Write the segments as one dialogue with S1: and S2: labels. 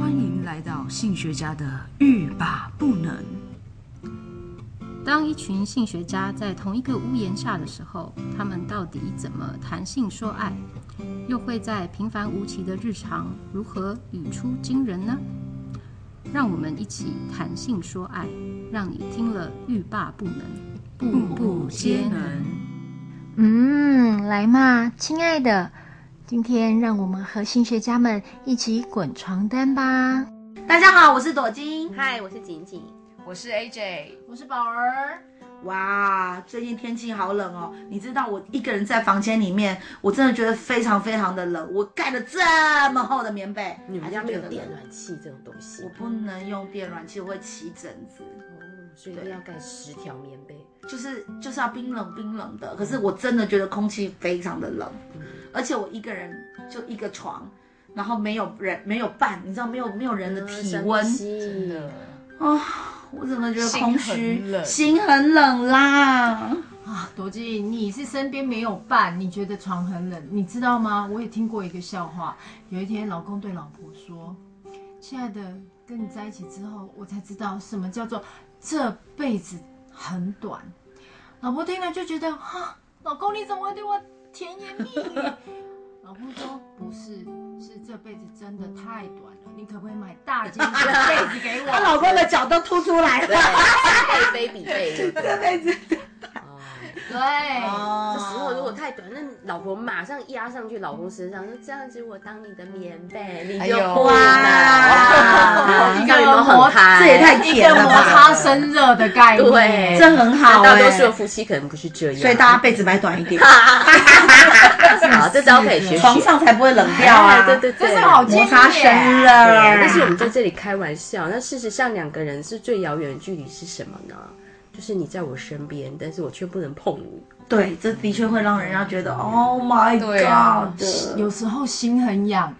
S1: 欢迎来到性学家的欲罢不能。
S2: 当一群性学家在同一个屋檐下的时候，他们到底怎么谈性说爱？又会在平凡无奇的日常如何语出惊人呢？让我们一起谈性说爱，让你听了欲罢不能，
S1: 步步皆能。
S3: 嗯，来嘛，亲爱的，今天让我们和性学家们一起滚床单吧。
S4: 大家好，我是朵金。
S5: 嗨，我是景景。
S6: 我是 AJ，
S7: 我是宝儿。
S4: 哇，最近天气好冷哦，你知道我一个人在房间里面，我真的觉得非常非常的冷。我盖了这么厚的棉被，
S5: 你们
S4: 还
S5: 家
S4: 是
S5: 没
S4: 觉
S5: 有
S4: 得
S5: 电
S4: 冷。
S5: 暖气这种东西
S4: 我？不能用电暖气，我会起疹子，
S5: 哦，所以都要盖十条棉被。
S4: 就是就是要冰冷冰冷的。可是我真的觉得空气非常的冷，而且我一个人就一个床，然后没有人没有伴，你知道没有没有
S5: 嗯
S4: 人的体温啊、
S5: 真 的。
S4: 我真的觉得
S6: 心
S4: 空虚
S6: 很，冷
S4: 心很冷 啦。
S7: 啊，朵记，你是身边没有伴，你觉得床很冷，你知道吗？我也听过一个笑话，有一天老公对老婆说：“亲爱的，跟你在一起之后，我才知道什么叫做这辈子很短。”老婆听了就觉得啊，老公你怎么会对我甜言 蜜语？老公说：“不是，是这辈子真的太短了，你可不可以买大件的 被子给我？”
S4: 她 老公的脚都凸出来
S5: 对
S4: 了。，
S5: 背比 背，对不对
S4: 这辈子
S5: 哦
S7: 对。
S5: 这
S4: 哦
S5: 时候如果太短，那老婆马上压上去老公身上，说这样子我当你的棉被，你
S6: 哎
S5: 就
S6: 呦
S5: 不
S4: 哎哇
S5: 能。让 你们很嗨，
S4: 这也太
S7: 一
S4: 甜
S7: 个
S4: 了
S7: 摩
S4: 吧！
S7: 擦生热的概念。
S5: 对，
S4: 这很好
S5: 大
S4: 哎、
S5: 多数的夫妻可能不是这样，
S4: 所以大家被子买短一点，
S5: 好，这招可以学学。
S4: 床上才不会冷掉啊！
S5: 哎对对对，
S7: 这是好建
S4: 摩
S7: 议
S4: 擦生
S7: 耶。
S4: 热。
S5: 但
S4: 啊
S5: 是我们在这里开玩笑，那事实上两个人是最遥远的距离是什么呢？就是你在我身边，但是我却不能碰你。
S4: 对，这的确会让人家觉得 Oh my
S6: 对啊
S4: God！
S7: 有时候心很痒，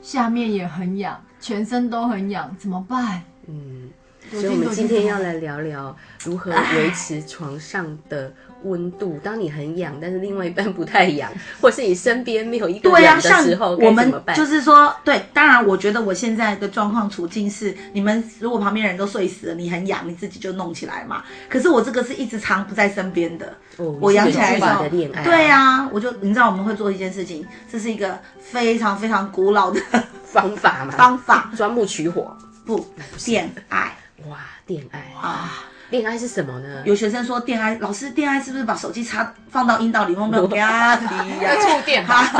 S7: 下面也很痒，全身都很痒，怎么办？
S5: 嗯，
S7: 有
S5: 所以我们
S7: 这种
S5: 今天要来聊聊如何维持床上的温度。当你很痒，但是另外一半不太 痒，或是你身边没有一个
S4: 对
S5: 人
S4: 啊，
S5: 的
S4: 像
S5: 时候，
S4: 我
S5: 该怎
S4: 们
S5: 么办？
S4: 就是说，对，当然，我觉得我现在的状况处境是，你们如果旁边人都睡死了，你很痒，你自己就弄起来嘛。可是我这个是一直藏不在身边的，
S5: 哦
S4: 我养起来
S5: 是
S4: 的
S5: 一
S4: 时
S5: 个
S4: 候
S5: 自己的恋爱，
S4: 对，啊，我就你知道我们会做一件事情，这是一个非常非常古老的
S5: 方法嘛，
S4: 方法，
S5: 钻木取火。
S4: 不恋爱
S5: 哇，恋爱，
S4: 啊。
S5: 恋爱是什么呢？
S4: 有学生说电爱，老师电爱是不是把手机插放到阴道里面没有压力 呀？
S6: 触电吧，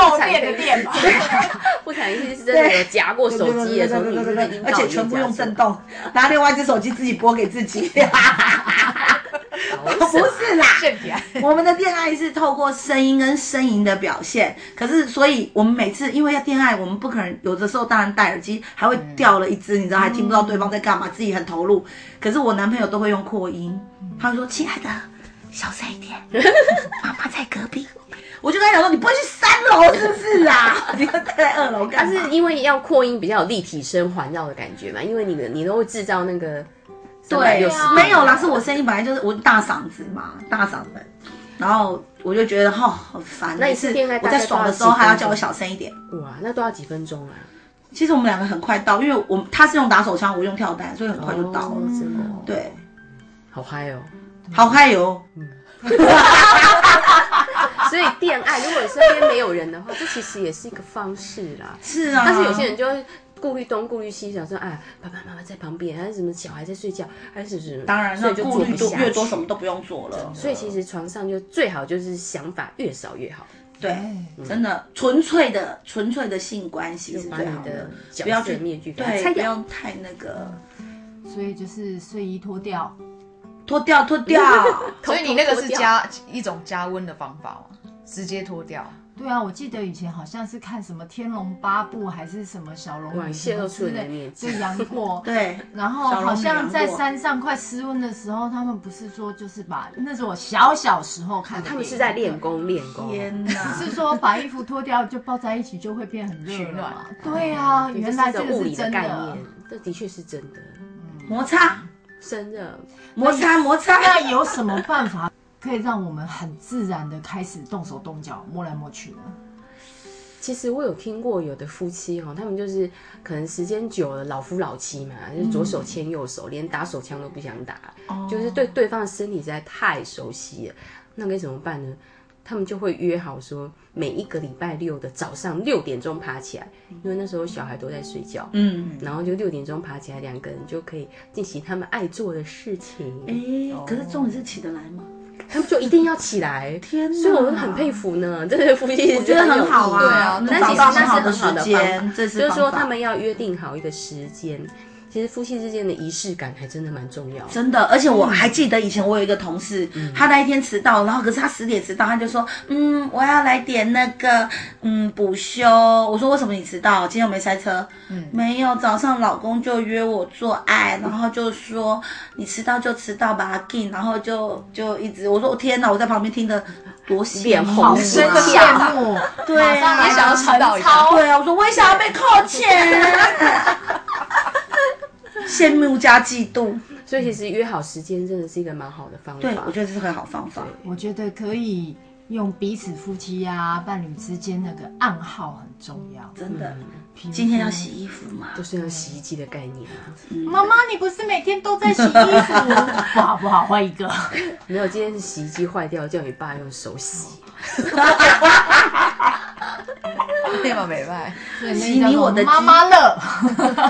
S7: 漏电的电吧，
S5: 不小心是真的有夹过手机的时候，你就是阴道
S4: 而且全部用震，动，拿另外一只手机自己拨给自己。
S5: 好
S4: 不是啦，
S6: 正点。
S4: 我们的恋爱是透过声音跟呻吟的表现。可是，所以我们每次因为要恋爱，我们不可能有的时候当然戴耳机，还会掉了一只，你知道还听不到对方在干嘛，自己很投入。可是我男朋友都会用扩音，他会说：“亲爱的，小声一点， 妈妈在隔壁。”我就跟他讲说：“你不会去三楼是不是啊？ 你要待在二楼干嘛？”
S5: 但是因为要扩音比较有立体声环绕的感觉嘛，因为你的你都会制造那个
S4: 对啊
S5: 360
S4: 没有啦，是我声音本来就是我大嗓子嘛，大嗓门，然后我就觉得哈、好烦。
S5: 那你
S4: 每
S5: 是
S4: 次
S5: 恋爱
S4: 我
S5: 大概
S4: 在爽的时
S5: 多
S4: 候
S5: 少几分钟
S4: 还要叫我小声一点。
S5: 哇，那都要几分钟啊？
S4: 其实我们两个很快到，因为我他是用打手枪，我用跳蛋，所以很快就到了。
S5: 哦真的哦
S4: 对，
S5: 好嗨哦！
S4: 好嗨哟！
S5: 所以恋爱，如果你身边没有人的话，这其实也是一个方式啦。
S4: 是啊，
S5: 但是有些人就会顾虑东顾虑西，想说啊，爸爸妈妈在旁边，还是什么小孩在睡觉，还是什么，
S4: 当然
S5: 所
S4: 那
S5: 以就
S4: 顾
S5: 做
S4: 虑
S5: 不
S4: 多
S5: 下
S4: 越多，
S5: 去
S4: 什么都不用做了。
S5: 所以其实床上就最好就是想法越少越好，
S4: 对，
S5: 嗯
S4: 真的纯粹的纯粹的性关系
S5: 就是把
S4: 最
S5: 你
S4: 好
S5: 的
S4: 的，
S5: 角
S4: 不要
S5: 色
S4: 去
S5: 面具给啊它拆
S4: 对，不
S5: 掉。
S4: 用太那个
S7: 所以就是睡衣脱掉，
S4: 脱掉脱 掉。。
S6: 所以你那个是加一种加温的方法吗？直接脱掉，
S7: 对啊，我记得以前好像是看什么《天龙八部》还是什么小龙
S5: 哇
S7: 女
S5: 泄
S7: 什
S5: 露
S7: 么
S5: 出
S7: 之
S5: 你的
S7: 类，
S5: 年纪
S7: 就杨过
S4: 对，
S7: 然后
S4: 小龙女
S7: 好像在
S4: 杨过
S7: 山上快失温的时候，他们不是说就是把那是我小小时候看的电影，
S5: 啊他们是在练功练功，
S4: 天哪！
S7: 是说把衣服脱掉就抱在一起就会变很热
S6: 取
S7: 了
S6: 暖
S7: 嘛？对啊，
S5: 对
S7: 原来
S5: 这
S7: 这
S5: 是一物
S7: 个
S5: 理
S7: 是真
S5: 概
S7: 的
S5: 念。，这的确是真的。
S4: 摩擦
S5: 生热，
S4: 摩擦摩擦。
S7: 那有什么办法可以让我们很自然的开始动手动脚、摸来摸去呢？
S5: 其实我有听过有的夫妻哦，他们就是可能时间久了，老夫老妻嘛，就是左
S4: 嗯
S5: 手牵右手，连打手枪都不想打，
S4: 哦
S5: 就是对对方的身体实在太熟悉了。那该怎么办呢？他们就会约好说，每一个礼拜六的早上六点钟爬起来，因为那时候小孩都在睡觉，
S4: 嗯，
S5: 然后就六点钟爬起来，两个人就可以进行他们爱做的事情，
S4: 哎，可是重点是起得来吗？
S5: 他们就一定要起来。
S4: 天哪！
S5: 所以我就很佩服呢，这个夫妻
S4: 我觉得很好
S5: 真的有意义
S4: 啊，
S6: 对
S4: 能
S6: 啊
S4: 找
S5: 但其实
S4: 到
S5: 那是
S4: 很
S5: 很
S4: 好
S5: 好
S4: 的
S5: 的
S4: 时
S5: 方法
S4: 间，这是
S5: 就是说
S4: 方法
S5: 他们要约定好一个时间。其实夫妻之间的仪式感还真的蛮重要的。
S4: 真的，而且我还记得以前我有一个同事，他那一天迟到，然后可是他十点迟到，他就说，嗯，我要来点那个，嗯，补休。我说为什么你迟到？今天我没塞车。嗯，没有，早上老公就约我做爱，然后就说你迟到就迟到吧，进，然后就就一直我说我哦天哪，我在旁边听的多羡
S5: 脸
S4: 慕
S5: 红
S4: 啊，
S5: 好生
S7: 真
S5: 气
S7: 羡慕，
S4: 对啊，
S7: 马上也想要
S6: 迟到一下
S4: 对啊，我说我也想要被扣钱， 羡慕加嫉妒。
S5: 所以其实约好时间真的是一个蛮好的方法。
S4: 对，我觉得这是个好方法。
S7: 我觉得可以用彼此夫妻呀、伴侣之间那个暗号很重要。
S4: 真的，
S7: 比如
S4: 今天要
S7: 说
S4: 洗衣服吗？
S5: 就是要洗衣机的概念啊。
S7: 妈妈，你不是每天都在洗衣服？不好不好，换一个。
S5: 没有，今天是洗衣机坏掉，叫你爸用手洗。
S6: 没有没卖。
S4: 洗你我的鸡
S7: 妈妈乐，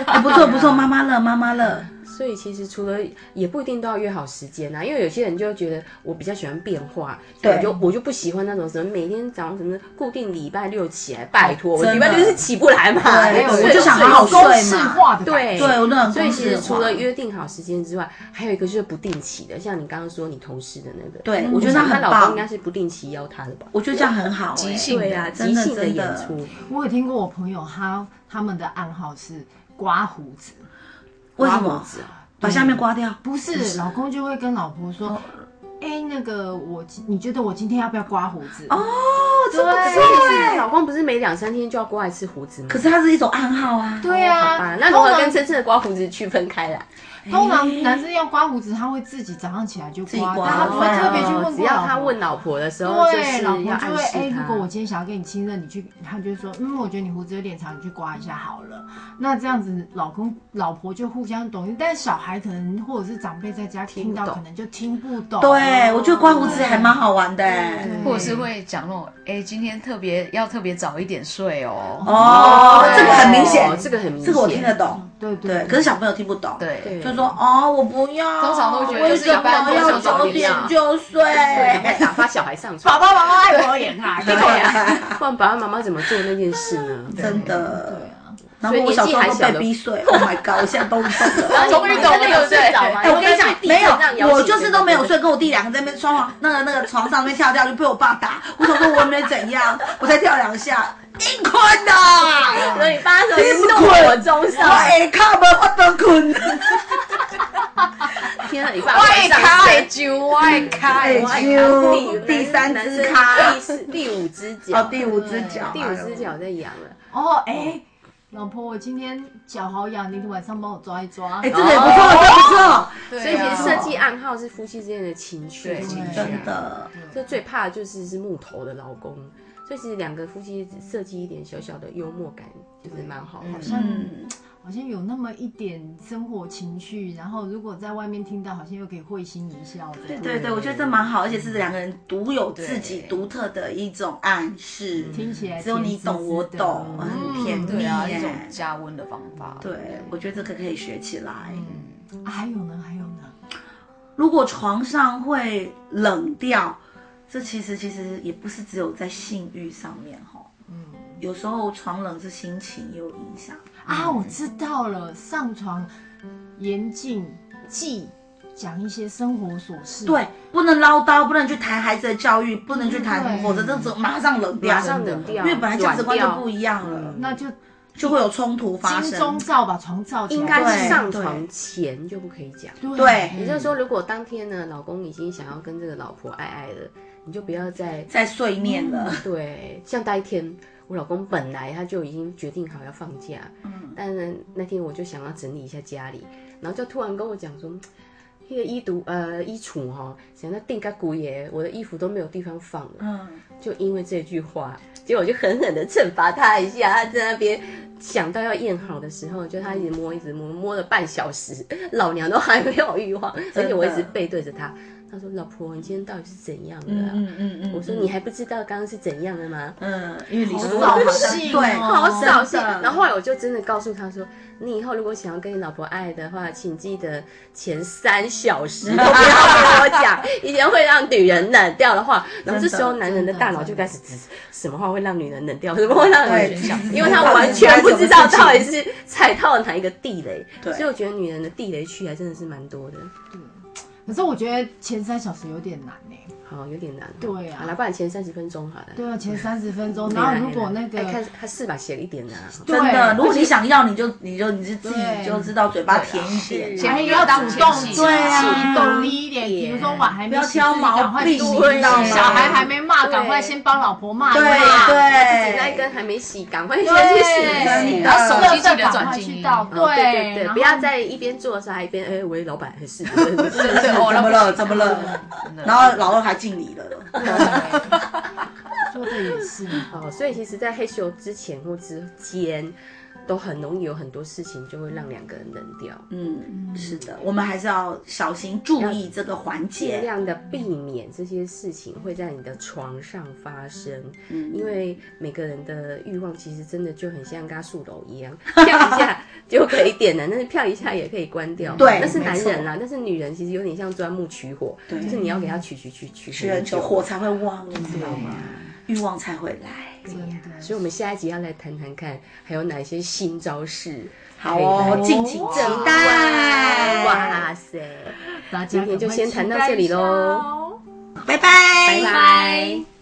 S4: 哎不错不错，妈妈乐，妈妈乐，
S5: 所以其实除了也不一定都要约好时间啊，因为有些人就会觉得我比较喜欢变化，
S4: 对
S5: 我就我就不喜欢那种什么每天早上什么固定礼拜六起来，拜托，我
S4: 真的
S5: 礼拜六是起不来嘛，
S4: 对
S5: 所以
S4: 我就想好好
S7: 公
S4: 睡
S7: 式
S4: 嘛
S7: 化的感觉。
S5: 对
S4: 对我那种
S5: 所以其
S4: 公式
S5: 实
S4: 化
S5: 除了约定好时间之外，还有一个就是不定期的，像你刚刚说你同事的那个，
S4: 对
S5: 嗯
S4: 我觉得
S5: 想
S4: 他很
S5: 她老
S4: 棒
S5: 公应该是不定期邀他的吧？
S4: 我觉得这样很好哎，即
S6: 兴的
S4: 对啊，
S5: 即
S4: 真的
S5: 兴的
S4: 真
S5: 演
S4: 的，
S5: 出，
S7: 我有听过我朋友他他们的暗号是刮胡子，
S4: 为什
S5: 刮胡
S4: 么
S5: 子啊
S4: 把下面刮掉？
S7: 不是老公就会跟老婆说，哎、那个我你觉得我今天要不要刮胡子？
S5: 嗯
S7: 哦，
S5: 所以是老公不是每两三天就要刮一次胡子吗？
S4: 可是它是一种暗号啊，
S7: 对
S5: 啊
S7: 啊，，
S5: 那如何
S7: 通
S5: 跟
S7: 常
S5: 真正的刮胡子区分开来？
S7: 通常男生要刮胡子，他会自己早上起来就
S4: 自己刮
S7: 刮，但他不
S4: 哦
S7: 会特别去问
S5: 哦只
S7: 过
S5: 要
S7: 老
S5: 他
S7: 婆
S5: 问。老婆的时候，就
S7: 对，
S5: 是
S7: 老婆
S5: 要
S7: 就
S5: 暗
S7: 会
S5: 示
S7: 哎，如
S5: 他
S7: 果我今天想要跟你亲热，你去，他就说，嗯，我觉得你胡子有点长，你去刮一下好了。那这样子，老公老婆就互相懂，但小孩可能或者是长辈在家听到，
S5: 听不懂
S7: 可能就听不
S5: 哦
S7: 懂。
S4: 对我觉得刮胡子还蛮好玩的哎，
S6: 或者是会讲那种，哎，今天特别要特别早一点睡哦。
S4: 哦，
S5: 对
S4: 这个很明
S5: 哦
S4: 显，
S5: 这个很明显，
S4: 这个我听得懂，
S7: 对对
S4: 对，可是小朋友听不懂，。
S6: 对，
S4: 就说哦，我不要，
S6: 通常都觉得
S4: 为
S6: 就是
S4: 什
S6: 一般
S4: 么
S6: 都
S4: 要
S6: 是早
S4: 九
S6: 点
S4: 点
S5: 啊
S4: 就睡？
S5: 对，会哎打发小孩上
S7: 爸
S5: 床。
S7: 爸妈妈爱我眼啊，
S5: 对呀，不然爸爸妈妈怎么做那件事呢？
S4: 真的。然
S5: 所
S4: 后
S5: 以
S4: 我小
S5: 年纪
S4: 时候
S5: 还
S4: 都
S5: 小
S4: 被
S5: 的
S4: 逼睡，Oh my god！我现在都懂了。
S6: 终于懂了，对不对？
S4: 哎、我跟你讲，没有，我就是都没有睡，跟我弟两个在那边双那个那个床上那边跳跳，就被我爸打。我想说我也没怎样，我才跳两下，硬困的，啊
S5: 所以爸说你怒火中
S4: 我
S5: 烧。
S4: 下靠没法得困。
S5: 天啊，你爸
S6: 外
S5: 晚上
S6: 卡爱揪，外卡爱
S4: 哎
S6: 揪。
S4: 呦，第三只
S5: 咖，
S4: 咖
S5: 第，四第五只脚，
S4: 哦，第五只脚，
S5: 第五只脚在痒了。
S7: 哦，哎，老婆，我今天脚好痒，你晚上帮我抓一抓
S4: 哎、。这个也不错，这个不错，啊
S6: 所
S5: 哦啊所以其实设计暗号是夫妻之间的情绪，
S6: 对
S5: 情绪
S4: 真的。
S5: 这最怕的就是是木头的老公，所以其实两个夫妻只设计一点小小的幽默感，就是蛮好的。
S7: 嗯好像
S4: 嗯
S7: 好像有那么一点生活情趣，然后如果在外面听到，好像又可以会心一笑这
S4: 对
S7: 样。
S4: 对对，我觉得这蛮好，而且是两个人独有自己
S6: 对
S4: 独特的一种暗
S5: 嗯
S4: 示，
S7: 听起来
S4: 只有你懂我懂，
S7: 甜滋滋的
S4: 很甜蜜
S6: 对
S4: 耶、
S6: 啊，一种加温的方法。
S4: 对，我觉得这个可以学起来。
S7: 啊还有呢，还有呢，
S4: 如果床上会冷掉，这其实其实也不是只有在性欲上面哈。嗯，有时候床冷是心情也有影响。
S7: 啊，我知道了，上床严禁忌讲一些生活琐事。
S4: 对，不能唠叨，不能去谈孩子的教育，不能去谈，
S7: 对
S4: 否则这种马上冷掉，
S5: 嗯马上冷
S4: 因
S5: 掉
S4: 为本来价值观就
S5: 软掉嗯
S4: 不一样了，
S7: 那就
S4: 就会有冲突发
S7: 金钟
S4: 生。
S7: 罩把床罩起来。
S5: 应该是上床前就不可以讲。
S7: 对
S4: 对
S5: 也就是说，如果当天呢，老公已经想要跟这个老婆爱爱了，你就不要再
S4: 在碎念了，
S5: 对。像那一天，我老公本来他就已经决定好要放假，嗯，但是那天我就想要整理一下家里，然后就突然跟我讲说，嗯那个衣橱呃衣橱哈、哦，想要定个古爷，我的衣服都没有地方放了，
S4: 嗯，
S5: 就因为这句话，结果我就狠狠的惩罚他一下。他在那边想到要验好的时候，就他一直摸，一直摸，摸了半小时， 老娘都还没有欲望，而且我一直背对着他。他说：“老婆，你今天到底是怎样的、啊？”
S4: 嗯嗯嗯
S5: 我说：“你还不知道刚刚是怎样的吗？”
S4: 嗯，因为李叔
S7: 好
S4: 好像
S7: 扫兴哦
S4: 对，
S5: 好扫兴。
S4: 真的
S5: 然后后来我就真的告诉他说：“你以后如果想要跟你老婆爱的话，请记得前三 小时都不要跟我讲一些会让女人冷掉的话。”然后这时候男人的大脑就开始指什么话会让女人冷掉，什么会让女人
S4: 对
S5: 想，因为他完全不知道到底是踩到了哪一个地 雷。
S4: 对
S5: 所以我觉得女人的地雷区还真的是蛮多的。
S7: 可是我觉得前三小时有点难呢、
S5: 好，有点难。
S7: 对啊
S5: 好了，不然前三十分钟好了。
S7: 对啊，前三十分
S4: 嗯
S7: 钟，然后如果那
S5: 哎看
S7: 个
S5: 他是吧，写了一点啊。
S7: 对
S4: 真的，如果你想要，你就你就你就自己
S7: 对
S4: 就知道嘴巴甜一点，
S6: 前
S7: 还
S6: 面
S7: 要
S6: 要
S7: 主
S6: 当
S7: 动
S6: 前
S7: 积
S6: 戏
S7: 极、
S4: 对啊
S7: 动力一点。比如说碗还没
S4: 不要
S7: 洗，
S4: 挑
S7: 自己赶
S4: 毛
S7: 快
S4: 病
S7: 多
S4: 你知道吗
S7: 小孩还没骂，
S5: 对
S7: 赶快先帮老婆骂一
S4: 对
S7: 骂。
S5: 自己那一
S4: 对，
S5: 根还没洗，赶快先去洗
S7: 对
S5: 洗。
S4: 然后手
S6: 机记得转静音
S7: 去倒，
S5: 哦对对
S7: 然
S5: 对，
S7: 后
S5: 不要在一边做的时候还一边哎，喂，老板，还是 对
S6: 对哦，
S4: 怎么了？怎么了？然
S6: 后
S4: 后老二还敬礼了，
S7: 说的也是，
S5: 哦，所以其实，在害羞之前或之间，都很容易有很多事情就会让两个人冷掉，
S4: 嗯，是的，我们还是要小心注意这个环
S5: 尽
S4: 节，
S5: 量的避免这些事情会在你的床上发生，
S4: 嗯，
S5: 因为每个人的欲望其实真的就很像嘎树楼一样，跳一 下就可以点燃，但是跳一下也可以关掉。
S4: 对
S5: 那是男人
S4: 没
S5: 啦，但是女人其实有点像钻木取火，
S4: 对
S5: 就是你要给她取取取取
S4: 去
S5: 取
S4: 了
S5: 很久
S4: 酒火才会旺，你知道吗？欲望才会来。
S7: 真的。
S5: 所以，我们下一集要来谈谈看，还有哪些新招式。
S4: 好哦，啊敬请期待，
S5: 哇塞！
S7: 大家哦
S5: 今天就先谈到这里喽，
S4: 拜拜
S5: 拜拜。